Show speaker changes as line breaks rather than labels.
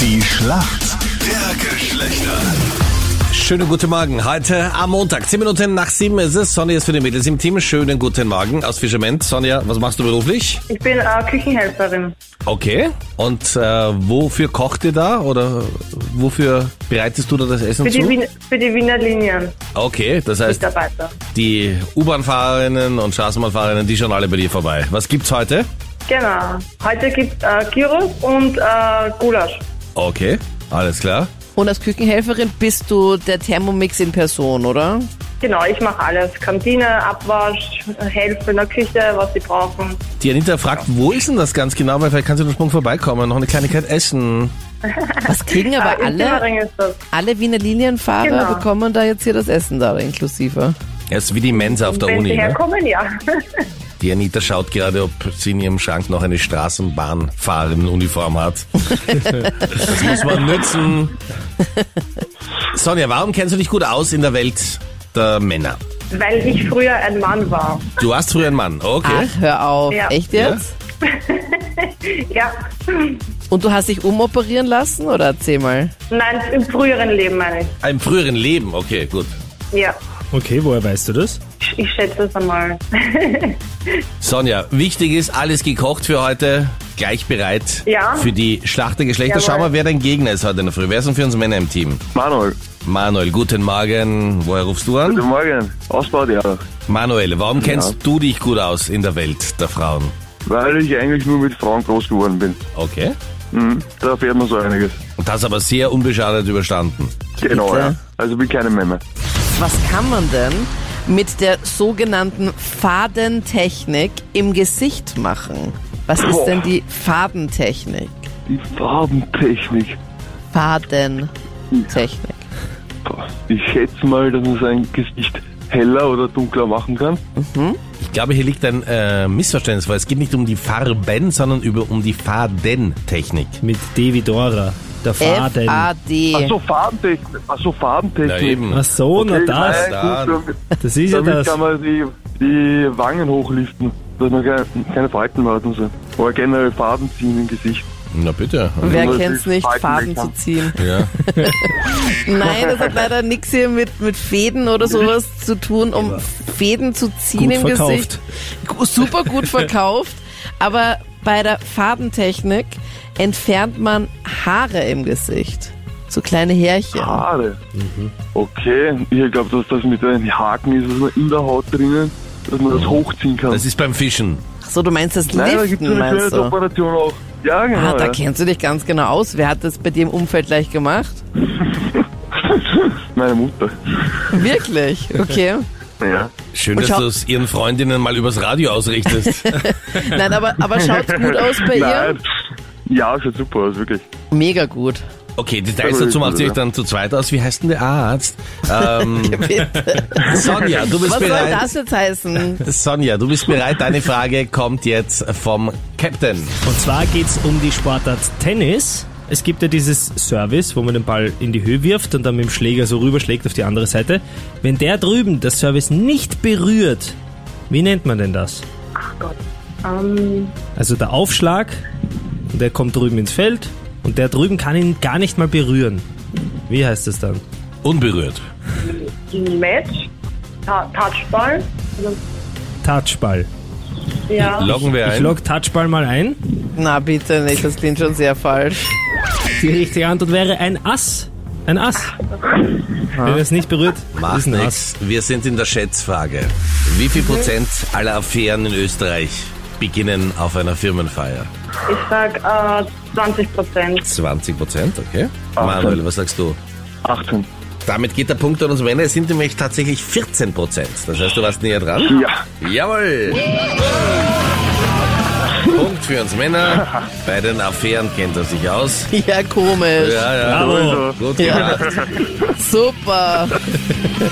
Die Schlacht der Geschlechter.
Schönen guten Morgen. Heute am Montag, 10 Minuten nach 7 ist es. Sonja ist für die Mädels im Team. Schönen guten Morgen aus Fischerment. Sonja, was machst du beruflich?
Ich bin äh, Küchenhelferin.
Okay. Und äh, wofür kocht ihr da oder wofür bereitest du da das Essen
Für die,
zu?
Wien, für die Wiener Linien
Okay, das
Äh,
heißt,
Mitarbeiter. die
die U-Bahn-Fahrerinnen und Straßenbahnfahrerinnen, die schauen alle bei dir vorbei. Was gibt's heute?
Genau. Heute gibt es äh, Gyros und äh, Gulasch.
Okay, alles klar.
Und als Küchenhelferin bist du der Thermomix in Person, oder?
Genau, ich mache alles. Kantine, Abwasch, äh, helfe in der Küche, was sie brauchen.
Die Anita fragt, wo ist denn das ganz genau? Weil vielleicht kannst du den Sprung vorbeikommen, noch eine Kleinigkeit essen.
Was kriegen
Ah,
aber
in
alle,
Simmering ist das.
alle Wiener Linienfahrer
Genau.
bekommen da jetzt hier das Essen da inklusive.
Er ist wie die Mensa auf der
Wenn
Uni.
sie
Ne?
herkommen, ja.
Die Anita schaut gerade, ob sie in ihrem Schrank noch eine Straßenbahnfahrerin-Uniform hat. das muss man nützen. Sonja, warum kennst du dich gut aus in der Welt der Männer?
Weil ich früher ein Mann war.
Du warst früher ein Mann, okay.
Ach, hör auf.
Ja.
Echt jetzt?
Ja.
Und du hast dich umoperieren lassen, oder erzähl mal?
Nein, im früheren Leben meine ich.
Im früheren Leben, okay, gut.
Ja.
Okay, woher weißt du das?
Ich- Ich schätze es einmal.
Sonja, wichtig ist, alles gekocht für heute. Gleich bereit
Ja.
für die Schlacht der Geschlechter.
Jawohl.
Schau mal, wer dein Gegner ist heute in der Früh. Wer ist denn für uns Männer im Team?
Manuel,
Manuel, guten Morgen. Woher rufst du an?
guten Morgen. Ausbau der.
Manuel, warum kennst du dich gut aus in der Welt der Frauen?
Weil ich eigentlich nur mit Frauen groß geworden bin.
Okay.
Mhm. Da erfährt man so einiges.
Und das aber sehr unbeschadet überstanden.
Genau,
Bitte?
ja. Also wie keine Männer.
Was kann man denn mit der sogenannten Fadentechnik im Gesicht machen? Was ist
Boah.
denn die Fadentechnik?
Die Farbentechnik.
Fadentechnik.
Boah. Ich schätze mal, dass man sein Gesicht heller oder dunkler machen kann.
Ich glaube, hier liegt ein äh, Missverständnis vor. Es geht nicht um die Farben, sondern über, um die Fadentechnik.
Mit Devi Dora, der Faden.
F-A-D.
Ach so, Farbentechnik. Ach so,
Na
Farbentechnik.
eben.
Ach so,
Okay,
na das.
nein, gut, damit,
Das ist ja
damit
das.
kann man die, die Wangen hochliften, dass man keine, keine Falten mehr hat und so. Oder generell Farben ziehen im Gesicht.
Na bitte.
Wer
Nur
kennt's
die
nicht,
Falten
Faden zu
meckern.
ziehen?
Ja.
Nein, das hat leider nichts hier mit, mit Fäden oder sowas zu tun, um Fäden zu ziehen
Gut
im
verkauft.
Gesicht. Gu- Super gut verkauft. Aber bei der Fadentechnik entfernt man Haare im Gesicht. So kleine Härchen.
Haare.
Mhm.
Okay, ich glaube, dass das mit den Haken ist, dass man in der Haut drinnen, dass man das hochziehen kann.
Das ist beim Fischen.
Ach So, du meinst das
Nein, da gibt es
Mhm. Liften,
eine
meinst
schöne
du?
Operation auch. Ja, genau.
Ah, da
ja.
kennst du dich ganz genau aus. Wer hat das bei dir im Umfeld gleich gemacht?
Meine Mutter.
Wirklich? Okay.
Ja.
Schön,
Und
dass
schau-
du es ihren Freundinnen mal übers Radio ausrichtest.
Nein, aber, aber schaut's gut aus bei ihr?
Nein. Ja, schaut super aus, wirklich.
Mega gut.
Okay, Details
Aber
dazu macht ihr euch
ja.
dann zu zweit aus. Wie heißt denn der Arzt? Ähm, Sonja, du bist
Was soll
bereit.
das jetzt heißen?
Sonja, du bist bereit. Deine Frage kommt jetzt vom Captain.
Und zwar geht's um die Sportart Tennis. Es gibt ja dieses Service, wo man den Ball in die Höhe wirft und dann mit dem Schläger so rüberschlägt auf die andere Seite. Wenn der drüben das Service nicht berührt, wie nennt man denn das?
Ähm,
Also der Aufschlag, und der kommt drüben ins Feld und der drüben kann ihn gar nicht mal berühren. Wie heißt das dann?
Unberührt.
Match, Ta Touchball.
Touchball.
Ja.
Loggen wir
Ich
ein.
log Touchball mal ein.
Na bitte nicht, das klingt schon sehr falsch.
Die richtige Antwort wäre ein Ass. Ein Ass. Wenn es nicht berührt,
Macht
ist ein Ass.
nichts. Wir sind in der Schätzfrage. Wie viel Prozent aller Affären in Österreich beginnen auf einer Firmenfeier?
Ich sag äh, 20 Prozent.
20 Prozent, okay. Manuel, was sagst du?
18.
Damit geht der Punkt an uns Männer. Es sind nämlich tatsächlich 14 Prozent. Das heißt, du warst näher dran.
Ja.
Jawohl! Punkt für uns Männer. Bei den Affären kennt er sich aus.
Ja, komisch.
Ja, ja.
Bravo.
Gut
Ja.
gemacht.
Super.